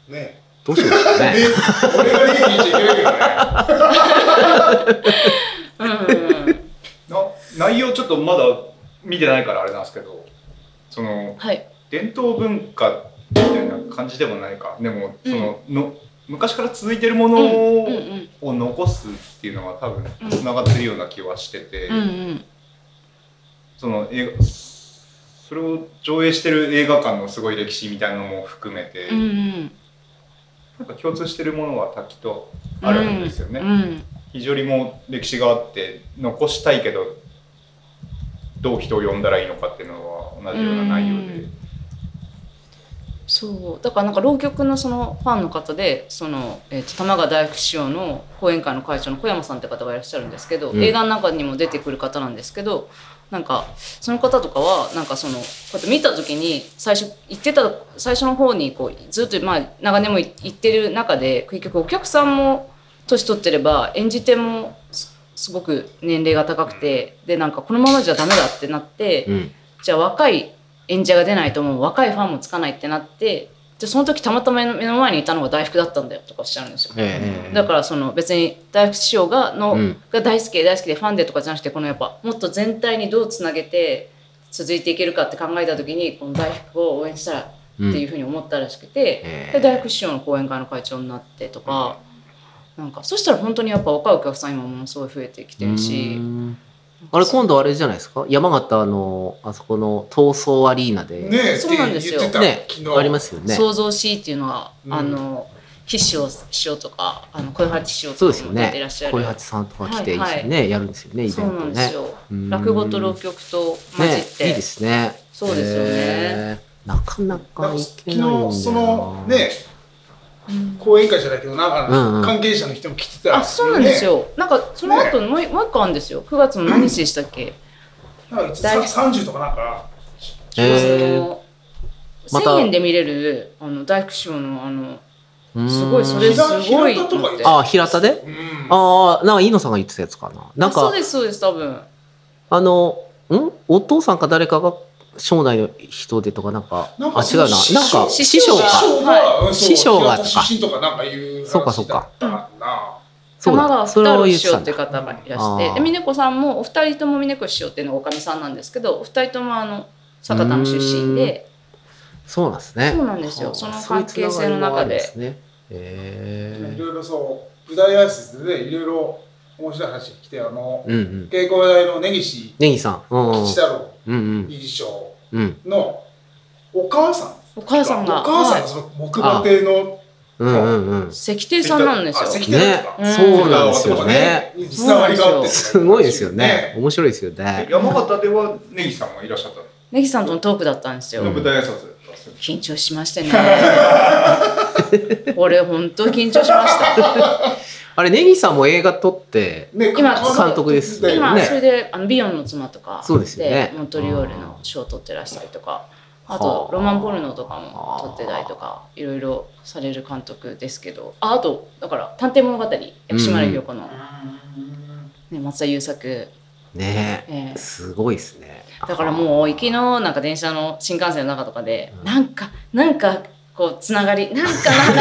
Speaker 1: え。
Speaker 2: ね
Speaker 1: どうしようでしょう
Speaker 2: え、
Speaker 1: ね。
Speaker 2: *laughs* 俺がリーチいけるけどね
Speaker 3: うん
Speaker 4: な内容ちょっとまだ見てないからあれなんですけどその
Speaker 3: はい。
Speaker 4: 伝統文化みたいな感じでもないかでもその,、の昔から続いてるもの
Speaker 3: うんう
Speaker 4: を
Speaker 3: ん
Speaker 4: 残すっていうのは多分
Speaker 3: うん
Speaker 4: つながってるような気はしてて、
Speaker 3: うんうん。
Speaker 4: その映画それを上映してる映画館のすごい歴史みたいなのも含めて、
Speaker 3: うんうん。
Speaker 4: なんか共通してるものは多岐とあるんですよね。
Speaker 3: うん
Speaker 4: 非常にもう歴史があって残したいけどどう人を呼んだらいいのかっていうのは同じような内容で
Speaker 3: うそうだからなんか浪曲のそのファンの方でその、えー、と玉川大福師匠の講演会の会長の小山さんって方がいらっしゃるんですけど、
Speaker 1: うん
Speaker 3: 映画の中にも出てくる方なんですけどなんかその方とかはなんかそのこうやって見た時に最初行ってた最初の方にこうずっとまあ長年も行ってる中で結局お客さんも年取ってれば演じ手もすすごく年齢が高くてでなんかこのままじゃダメだってなって。
Speaker 1: うん。
Speaker 3: じゃあ若い演者が出ないともう若いファンもつかないってなってじゃあその時たまたま目の前にいたのが大福だったんだよとかおっしゃるんですよ。
Speaker 1: え
Speaker 3: だからその別に大福師匠がの、
Speaker 1: うん
Speaker 3: が大好きで大好きでファンでとかじゃなくてこのやっぱもっと全体にどうつなげて続いていけるかって考えた時にこの大福を応援したら
Speaker 1: うん
Speaker 3: っていうふうに思ったらしくて、
Speaker 1: へー
Speaker 3: で大学師匠の講演会の会長になってとか、なんかそしたら本当にやっぱ若いお客さん今ものすごい増えてきてるし
Speaker 1: うー、んあれ今度あれじゃないですか山形のあそこの闘争アリーナで
Speaker 2: ねえ
Speaker 3: そうなんですよ
Speaker 2: って言って
Speaker 1: ね
Speaker 2: た昨日
Speaker 1: ありますよね
Speaker 3: 創造 C っていうのは、
Speaker 2: うん
Speaker 3: あの筆匠師匠とかあの小八師匠
Speaker 1: そうで
Speaker 3: と
Speaker 1: す
Speaker 3: か
Speaker 1: よ
Speaker 3: も出てい
Speaker 1: ね
Speaker 3: らっしゃる、
Speaker 1: 小八さんとか来て一緒にね、
Speaker 3: はい
Speaker 1: やるんですよねイベント
Speaker 3: そうなんで
Speaker 1: ね
Speaker 3: すよ、
Speaker 1: うん
Speaker 3: 落語と浪曲と混じ
Speaker 1: ね
Speaker 3: って、
Speaker 1: いいですね
Speaker 3: そうですよね
Speaker 1: へーなかなか
Speaker 2: なんか
Speaker 1: 行
Speaker 2: 昨
Speaker 1: け
Speaker 2: 日
Speaker 1: ないんだよな
Speaker 2: そのね講演会じゃないけどなん
Speaker 1: うんうん
Speaker 2: か関係者の人も来てた、
Speaker 3: あそうなんですよ、なんかその後もう,、もう一個あるんですよ9月の何日でしたっけ、
Speaker 2: ね。なんか三十とかなんか
Speaker 1: へー
Speaker 3: あの
Speaker 1: また
Speaker 3: 1000円で見れるあの大工師匠のあの
Speaker 1: うーん
Speaker 3: すごいそれすごい
Speaker 2: 平田とか言って
Speaker 1: あ平田で
Speaker 2: うん
Speaker 1: ああなんか飯野さんが言ってたやつかななん
Speaker 3: あそう
Speaker 1: か
Speaker 3: ですそうです多分
Speaker 1: あのんお父さんか誰かが将来の人でとかなんか
Speaker 2: なんか
Speaker 1: あ違
Speaker 2: そう
Speaker 1: な
Speaker 2: の
Speaker 1: なんか
Speaker 3: 師
Speaker 1: 師匠
Speaker 3: 師
Speaker 1: か
Speaker 3: 匠
Speaker 2: が
Speaker 1: 師匠がとか
Speaker 2: 出身とかなんかいう話
Speaker 1: そうかそうか
Speaker 2: だったな。
Speaker 1: そう
Speaker 3: 玉
Speaker 1: だ
Speaker 3: 川
Speaker 1: そ
Speaker 3: 二
Speaker 1: れを
Speaker 3: 郎
Speaker 1: 言
Speaker 3: 師
Speaker 1: ってた
Speaker 3: 匠
Speaker 1: ん
Speaker 3: って
Speaker 1: だあ
Speaker 3: いう方がいらし
Speaker 1: ー
Speaker 3: てで峰子さんもお二人とも峰子師匠っていうのがおかみさんなんですけどお二人ともあの酒田の出身で
Speaker 1: そうなんですね
Speaker 3: そうなんですよ
Speaker 1: あー
Speaker 3: その
Speaker 1: そういう
Speaker 3: 関係性の中で
Speaker 1: つながりもあるんですね
Speaker 2: い
Speaker 1: へ
Speaker 2: ろいろそう舞台挨拶でいろいろ面白い話が来てあの
Speaker 1: えうんうん
Speaker 2: 稽古台の根岸
Speaker 1: ネギさんうんうん
Speaker 2: 吉太郎
Speaker 1: うん
Speaker 2: 理事長
Speaker 1: うん
Speaker 2: のお母さん
Speaker 3: お母さんが
Speaker 2: お母さんが
Speaker 3: はい
Speaker 2: その木馬亭の
Speaker 1: うんうんうん
Speaker 3: 石亭さんなんですよ
Speaker 2: あ石亭なん
Speaker 1: ね
Speaker 2: だ
Speaker 3: うん
Speaker 1: そうなんですよね
Speaker 2: につながりがあって
Speaker 1: すごいですよね面白いですよね
Speaker 4: 山形では根岸さんもいらっしゃったの
Speaker 3: ネギさんとのトークだったんですよ
Speaker 1: うん
Speaker 4: 舞台挨拶だったんですよ
Speaker 3: 緊張しました
Speaker 1: *laughs*
Speaker 3: ね俺本当緊張しました
Speaker 1: あれネギさんも映画撮って
Speaker 2: ね
Speaker 3: 今
Speaker 1: 監督ですね
Speaker 3: 今
Speaker 1: ね
Speaker 3: それであのビヨンの妻とか
Speaker 1: そうですよね
Speaker 3: モントリオールの賞を取ってらしたりとかあ
Speaker 1: は
Speaker 3: と
Speaker 1: あ
Speaker 3: ロマン・ポルノとかも取ってたりとかいろいろされる監督ですけどああとだから「探偵物語」薬師丸ひろ子の、ね、松田優作、
Speaker 1: ね
Speaker 3: えー
Speaker 1: すごいですね
Speaker 3: だからもう行きのなんか電車の新幹線の中とかで、なんかなんかこうつながりなんかの話のきっかけ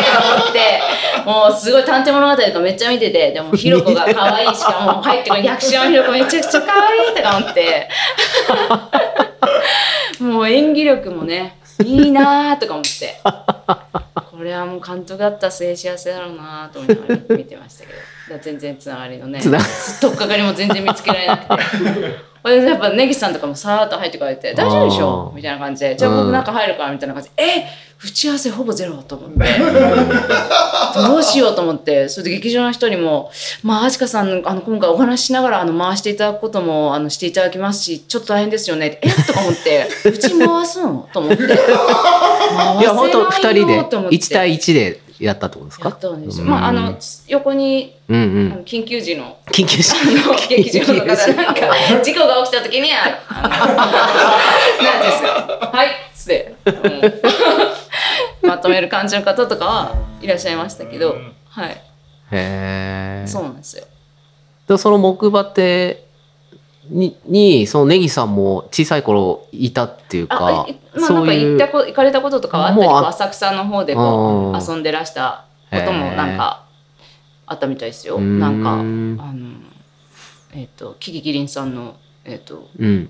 Speaker 3: だと思
Speaker 1: *laughs*
Speaker 3: ってもうすごい探偵物語とかめっちゃ見ててでもひろこが可愛いしかも入ってくる役者のひろこめちゃくちゃ可愛いとか思って
Speaker 1: *laughs*
Speaker 3: もう演技力もねいいなーとか思ってこれはもう監督だったら正幸せだろうなーと思いながら見てましたけどだから全然つながりのね
Speaker 1: つながり
Speaker 3: とっかかりも全然見つけられなくて。俺やっぱ根岸さんとかもさーっと入ってこられて「大丈夫でしょ
Speaker 1: あ」ー
Speaker 3: みたいな感じで「じゃあ
Speaker 1: うん
Speaker 3: 僕中入るから」みたいな感じで「え打ち合わせほぼゼロ」と思ってどうしようと思ってそれで劇場の人にも「まあアシカさんあの今回お話ししながらあの回していただくこともあのしていただきますしちょっと大変ですよね」って「えとか思って「うち回すの?」と思って「回せない
Speaker 1: いや本当二人で
Speaker 3: よと思って
Speaker 1: 一対一でやったってことですか
Speaker 3: やったんですよ
Speaker 1: うん
Speaker 3: まああの横に
Speaker 1: うんう
Speaker 3: あ
Speaker 1: ん
Speaker 3: の *laughs* 緊急時の
Speaker 1: 緊急し
Speaker 3: の劇場の方なんか事故が起きた時にあのあのなんていうんですかはいっつってもう *laughs* まとめる感じの方とかはいらっしゃいましたけど
Speaker 2: うん
Speaker 3: はい
Speaker 1: へえ
Speaker 3: そうなんですよ
Speaker 1: でその木馬亭ににそのネギさんも小さい頃いたっていう
Speaker 3: あ
Speaker 1: か
Speaker 3: いまあなんか行ったこ行かれたこととかはあったり
Speaker 1: もう
Speaker 3: こ
Speaker 1: あ
Speaker 3: う浅草の方でこ
Speaker 1: う
Speaker 3: うん遊んでらしたこともなんかあったみたいですよ
Speaker 1: うーん
Speaker 3: なんかあのえっとキキキリンさんのえっと
Speaker 1: うん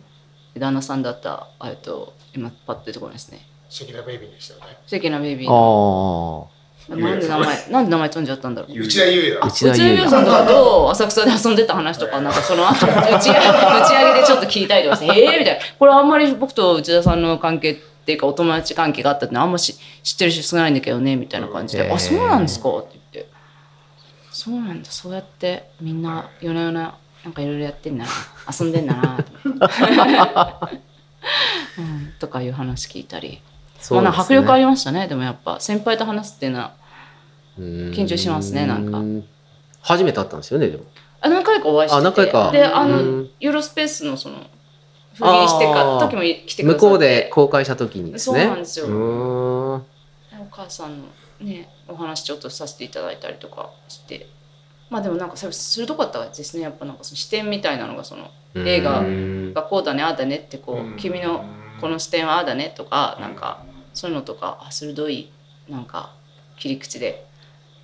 Speaker 3: 旦那さんだったえっと今パッて出てこないですね
Speaker 2: シェキラベイビーでしたよね
Speaker 3: 素敵なベイビー
Speaker 1: あ
Speaker 3: の
Speaker 1: あ
Speaker 3: なんで名前、なんで名前飛んじゃったんだろう。
Speaker 2: 内田裕也だ
Speaker 1: 内田
Speaker 3: 宇
Speaker 1: 裕
Speaker 3: 宙
Speaker 1: 也
Speaker 3: さんとかと浅草で遊んでた話とか、なんかその後、打ち上げ、打ち上げでちょっと聞いたりとかして、 *laughs* ええみたいな。これあんまり僕と内田さんの関係っていうか、お友達関係があったってのはあんまし知ってる人少ないんだけどね、みたいな感じで、
Speaker 1: うん
Speaker 3: あ、そうなんですかって言って。そうなんだ、そうやってみんな夜な夜な、なんかいろいろやってんだな、遊んでんだな、と思って *laughs* うんとかいう話聞いたり。
Speaker 1: そう
Speaker 3: ま
Speaker 1: で
Speaker 3: あ
Speaker 1: すね
Speaker 3: な迫力ありましたね、でもやっぱ先輩と話すっていうのは。
Speaker 1: 緊
Speaker 3: 張しますねなんか
Speaker 1: 初めて会ったんですよねでも
Speaker 3: あ何回かお会いしてて
Speaker 1: あ何回か
Speaker 3: であ
Speaker 1: う
Speaker 3: の
Speaker 1: ん
Speaker 3: ユーロスペースのその赴任してか
Speaker 1: あー
Speaker 3: 時も来てくださって
Speaker 1: 向こうで公開した時にですね
Speaker 3: そうなんですよ
Speaker 1: うーん
Speaker 3: お母さんのねお話ちょっとさせていただいたりとかしてまあでもなんかそれ鋭かったですねやっぱなんかその視点みたいなのがその映画
Speaker 1: うん
Speaker 3: がこうだねああだねってこう、
Speaker 4: うん
Speaker 3: 君のこの視点はああだねとかなんかそういうのとかあ鋭いなんか切り口で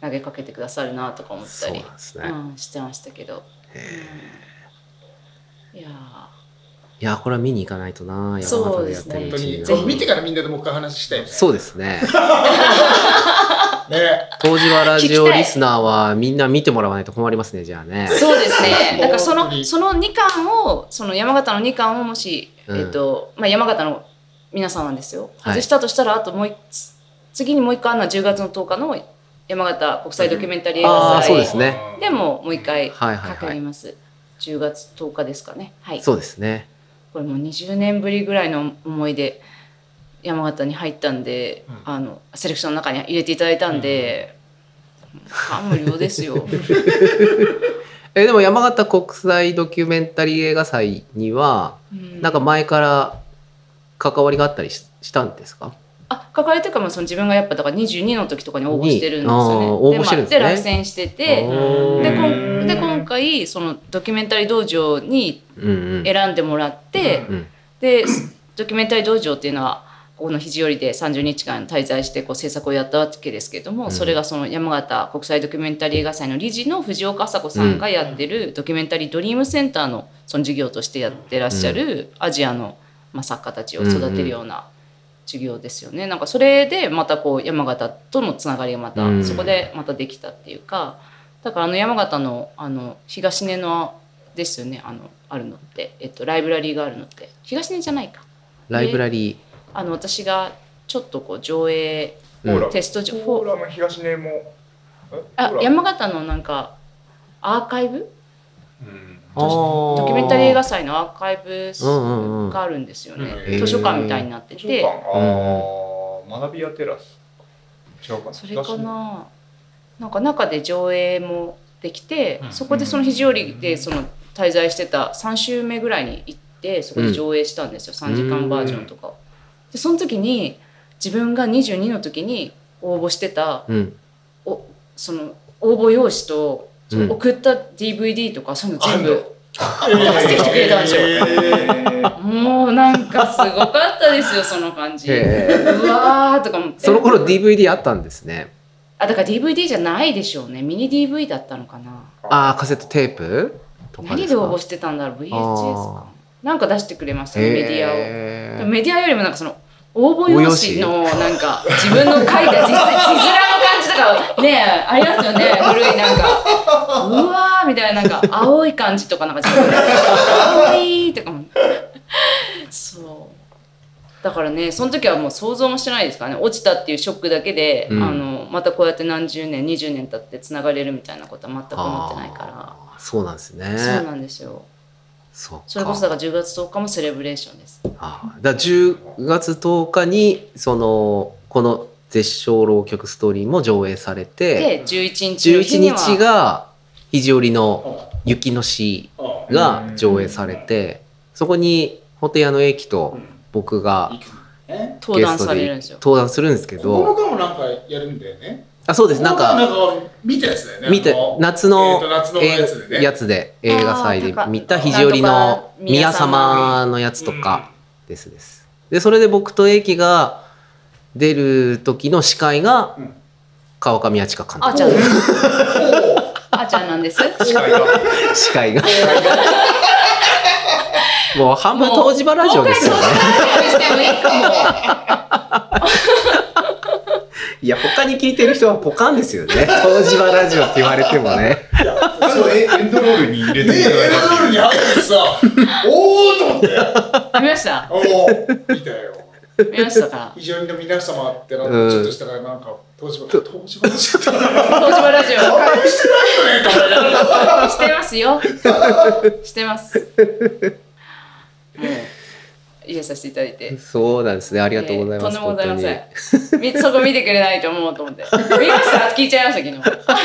Speaker 3: 投げかけてくださるなとか思った
Speaker 1: そう
Speaker 3: り
Speaker 1: なんです
Speaker 3: う
Speaker 1: ね
Speaker 3: ん、してましたけど、うんいやー
Speaker 1: いや、これは見に行かないとな、山
Speaker 3: そ
Speaker 1: 形で
Speaker 3: うで
Speaker 1: やっ
Speaker 3: す
Speaker 1: てる
Speaker 3: ね
Speaker 1: う
Speaker 2: 本当
Speaker 1: ち
Speaker 2: に、
Speaker 1: に
Speaker 2: ぜ
Speaker 1: は
Speaker 2: ひ見てからみんなでもう一回話したいよね。
Speaker 1: そうですね。
Speaker 2: ね。
Speaker 1: 当時はラジ
Speaker 3: 聞き
Speaker 1: オ
Speaker 3: たい
Speaker 1: リスナーはみんな見てもらわないと困りますね、じゃあね。
Speaker 3: そうで
Speaker 1: *laughs*
Speaker 3: すね。だからそ
Speaker 2: 本当
Speaker 3: の
Speaker 2: に
Speaker 3: その2巻をその山形の2巻をもし、
Speaker 1: うん
Speaker 3: えっとまあ山形の皆さんなんですよ。
Speaker 1: はい
Speaker 3: 外したとしたら、あともう一つ次にもう一回あるのは10月の10日の山形国際ドキュメンタリー映
Speaker 1: あ
Speaker 3: 画
Speaker 1: あ、そうで
Speaker 3: 祭
Speaker 1: すね。
Speaker 3: でももう一回か
Speaker 1: はいはい
Speaker 3: か
Speaker 1: はい
Speaker 3: ります。10月10日ですかね。はい。
Speaker 1: そうですね。
Speaker 3: これもう20年ぶりぐらいの思いで山形に入ったんで、
Speaker 2: うん
Speaker 3: あのセレクションの中に入れていただいたんで、感無量です
Speaker 1: *laughs*
Speaker 3: よ。
Speaker 1: えでも山形国際ドキュメンタリー映画祭には、なんか前から関わりがあったりししたんですか
Speaker 3: あ関わりというか、まあ、その自分がやっぱだから22の時とかに応募してるんですよ
Speaker 1: にあ
Speaker 3: ね。
Speaker 1: ー応募してるんですね
Speaker 3: でまあで落選して
Speaker 1: お
Speaker 3: て
Speaker 1: ー
Speaker 3: でこ
Speaker 4: うん
Speaker 3: で今回そのドキュメンタリー道場に
Speaker 1: うんうん。
Speaker 3: 選んでもらって、
Speaker 1: うん
Speaker 3: でドキュメンタリー道場っていうのはここの肘折で30日間滞在してこう制作をやったわけですけども、
Speaker 1: うん
Speaker 3: それがその山形国際ドキュメンタリー映画祭の理事の藤岡朝子さんがやってるドキュメンタリードリームセンターのその授業としてやってらっしゃるアジアの、まあ、作家たちを育てるような授業ですよね。なんかそれでまたこう山形とのつながりがま
Speaker 1: う
Speaker 3: た
Speaker 1: ん
Speaker 3: そこでまたできたっていうかだからあの山形のあの東根のですよねあのあるのって、えっと、ライブラリーがあるのって東根じゃないか。
Speaker 1: ライブラリー。
Speaker 3: あの私がちょっとこう上映
Speaker 4: フォーラム
Speaker 3: テスト上、
Speaker 4: フォー
Speaker 3: フォ
Speaker 4: ラム東根もえ
Speaker 3: あ
Speaker 4: フォーラム
Speaker 3: 山形のなんかアーカイブ
Speaker 2: うん
Speaker 1: ド
Speaker 3: ドキュメンタリー映画祭のアーカイブ
Speaker 1: うんうんうん
Speaker 3: があるんですよね、
Speaker 2: うん
Speaker 3: 図書館みたいになって
Speaker 4: 図書館
Speaker 3: て、
Speaker 4: ああ学びやテラス違うかな
Speaker 3: それかななんか中で上映もできて、
Speaker 2: うん
Speaker 3: そこでその肘折でその滞在してた3週目ぐらいに行ってそこで上映したんですよ、3時間バージョンとかをでその時に自分が22の時に応募してた
Speaker 1: うん。
Speaker 3: おその応募用紙とそ
Speaker 1: うん
Speaker 3: の送った DVD とか、そういうの全部
Speaker 2: 出
Speaker 3: してきてくれたんですよ
Speaker 4: えー
Speaker 3: もうなんかすごかったですよ *laughs* その感じう
Speaker 1: へえ
Speaker 3: わーとか思って
Speaker 1: その頃 DVD あったんですね。
Speaker 3: あだから DVD じゃないでしょうねミニ DV だったのかな
Speaker 1: ああ、カセットテープとかで
Speaker 3: 何
Speaker 1: す
Speaker 3: で
Speaker 1: か
Speaker 3: 応募してたんだろう VHS
Speaker 1: あ
Speaker 3: かなんか出してくれましたねメディアを。
Speaker 1: へ
Speaker 3: で
Speaker 1: え
Speaker 3: もメディアよりもなんかその応募用紙のなんか自分の書いた字字面の感じとかねえありますよね古いなんかうわーみたいななんか青い感じとかなんかちょっと青いとかもそうだからねその時はもう想像もしてないですからね落ちたっていうショックだけで、
Speaker 1: うん
Speaker 3: あのまたこうやって何十年20年経ってつながれるみたいなことは全く思ってないか
Speaker 1: あーそうなんですね
Speaker 3: ら。そうなんですよ
Speaker 1: そうか
Speaker 3: それこそだから10月10日もセレブレーションです
Speaker 1: ああだから10月10日にそのこの「絶唱浪曲ストーリー」も上映されて
Speaker 3: で11日の日
Speaker 1: 11
Speaker 3: には
Speaker 1: 日が肘折の「雪の詩」が上映されてそこに本屋の英樹と僕が
Speaker 2: え
Speaker 3: 登
Speaker 1: ゲ
Speaker 3: 壇
Speaker 1: スト
Speaker 3: されるん
Speaker 1: で
Speaker 3: ですよ。
Speaker 1: 登壇するんですけ
Speaker 2: 9
Speaker 1: ど
Speaker 2: 日もなんかやるんだよね。
Speaker 1: あそうですなん
Speaker 2: な
Speaker 1: か
Speaker 2: んか見たやつだよね。
Speaker 1: 見て
Speaker 2: あの
Speaker 1: 夏の
Speaker 2: えーと夏の
Speaker 1: 映
Speaker 2: やつで
Speaker 1: 画
Speaker 2: ね。
Speaker 1: やつで映画祭で
Speaker 3: あー
Speaker 1: 見た肘折の「宮様」のやつとか。ですです。で、それで僕と英樹が出る時の司会が
Speaker 4: うん、
Speaker 1: 川上八千佳監
Speaker 3: あー
Speaker 1: 督。
Speaker 3: ちゃん、
Speaker 2: うん。 *laughs* おう
Speaker 3: あーちゃんなんです。
Speaker 4: 司会が
Speaker 1: 司会が。もう半分東芝ラジオですよね。 *laughs* いや、他に聞いてる人はポカンですよね。 *laughs* 東芝ラジオって言われてもね。
Speaker 4: そうエンドロールに入れ
Speaker 2: ね
Speaker 4: て
Speaker 2: え、エ
Speaker 4: いただい
Speaker 2: ル
Speaker 4: た
Speaker 2: ドロールに入ってさ、 *laughs* おーと思って。
Speaker 3: あ見ました。
Speaker 2: おお、見たよ。
Speaker 3: 見ましたか。
Speaker 2: 非常に皆様ってなん
Speaker 1: う
Speaker 2: か
Speaker 1: ん
Speaker 2: ちょっとしたからなんか東芝東芝のちょっと
Speaker 3: 東芝ラジオ。
Speaker 2: あれしてないよね。
Speaker 3: してますよ。してます。もう入れさせていただいて。
Speaker 1: そうなんですね。ありがとうございます。
Speaker 3: えーと
Speaker 1: 本
Speaker 3: んでもござ
Speaker 1: 当
Speaker 3: い
Speaker 1: に
Speaker 3: ません。みそこ見てくれないと思うと思って。見ました。聞いちゃいました昨日。
Speaker 1: えー
Speaker 3: 押し付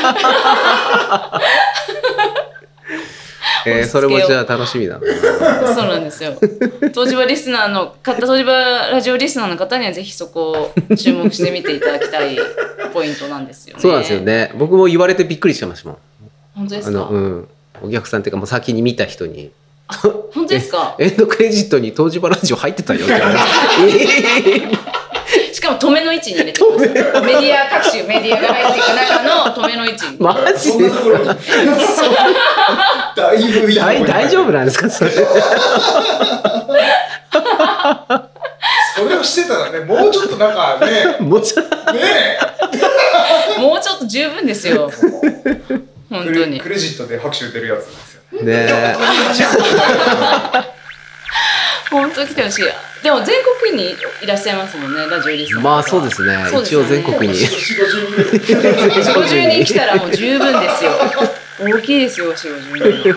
Speaker 3: けよう
Speaker 1: それもじゃあ楽しみだな。
Speaker 3: そうなんですよ。東芝リスナーの方、東芝ラジオリスナーの方にはぜひそこを注目してみていただきたいポイントなんですよね。
Speaker 1: そうなんですよ。ね。僕も言われてびっくりしてましたもん。
Speaker 3: 本当で
Speaker 1: あ
Speaker 3: すか
Speaker 1: の、。うん。お客さんっていうか、もう先に見た人に。
Speaker 3: 本当ですか。
Speaker 1: エンドクレジットに東芝ラジオ入ってたよって言われて *laughs*
Speaker 3: しかも止めの位置に入れてきましたメディア各
Speaker 4: *laughs*
Speaker 3: 種メディアが入っていく中の止めの位置に、
Speaker 1: マジですか
Speaker 4: だいぶいいとこ
Speaker 1: 大
Speaker 4: に
Speaker 1: 大丈夫なんですかそれ。
Speaker 2: それをしてたらねもうちょっとなんかね
Speaker 1: *laughs* もちろん
Speaker 2: ね
Speaker 3: もうちょっと十分ですよ。本
Speaker 4: ク
Speaker 3: 当
Speaker 4: レ
Speaker 3: に
Speaker 4: ク。レジットで拍手出るやつ *laughs* ですよね
Speaker 1: ねえ
Speaker 3: 本当来てほしい。でも全国にいらっしゃいますもんね、ラジオリスナー。
Speaker 1: まあそうですね。
Speaker 3: そうです
Speaker 1: 一
Speaker 3: よ
Speaker 1: 応
Speaker 3: ね
Speaker 1: 全国
Speaker 3: *laughs*
Speaker 1: に。
Speaker 2: 4 50人
Speaker 3: 四五十人来たらもう十分ですよ。大きいですよ、四五十人。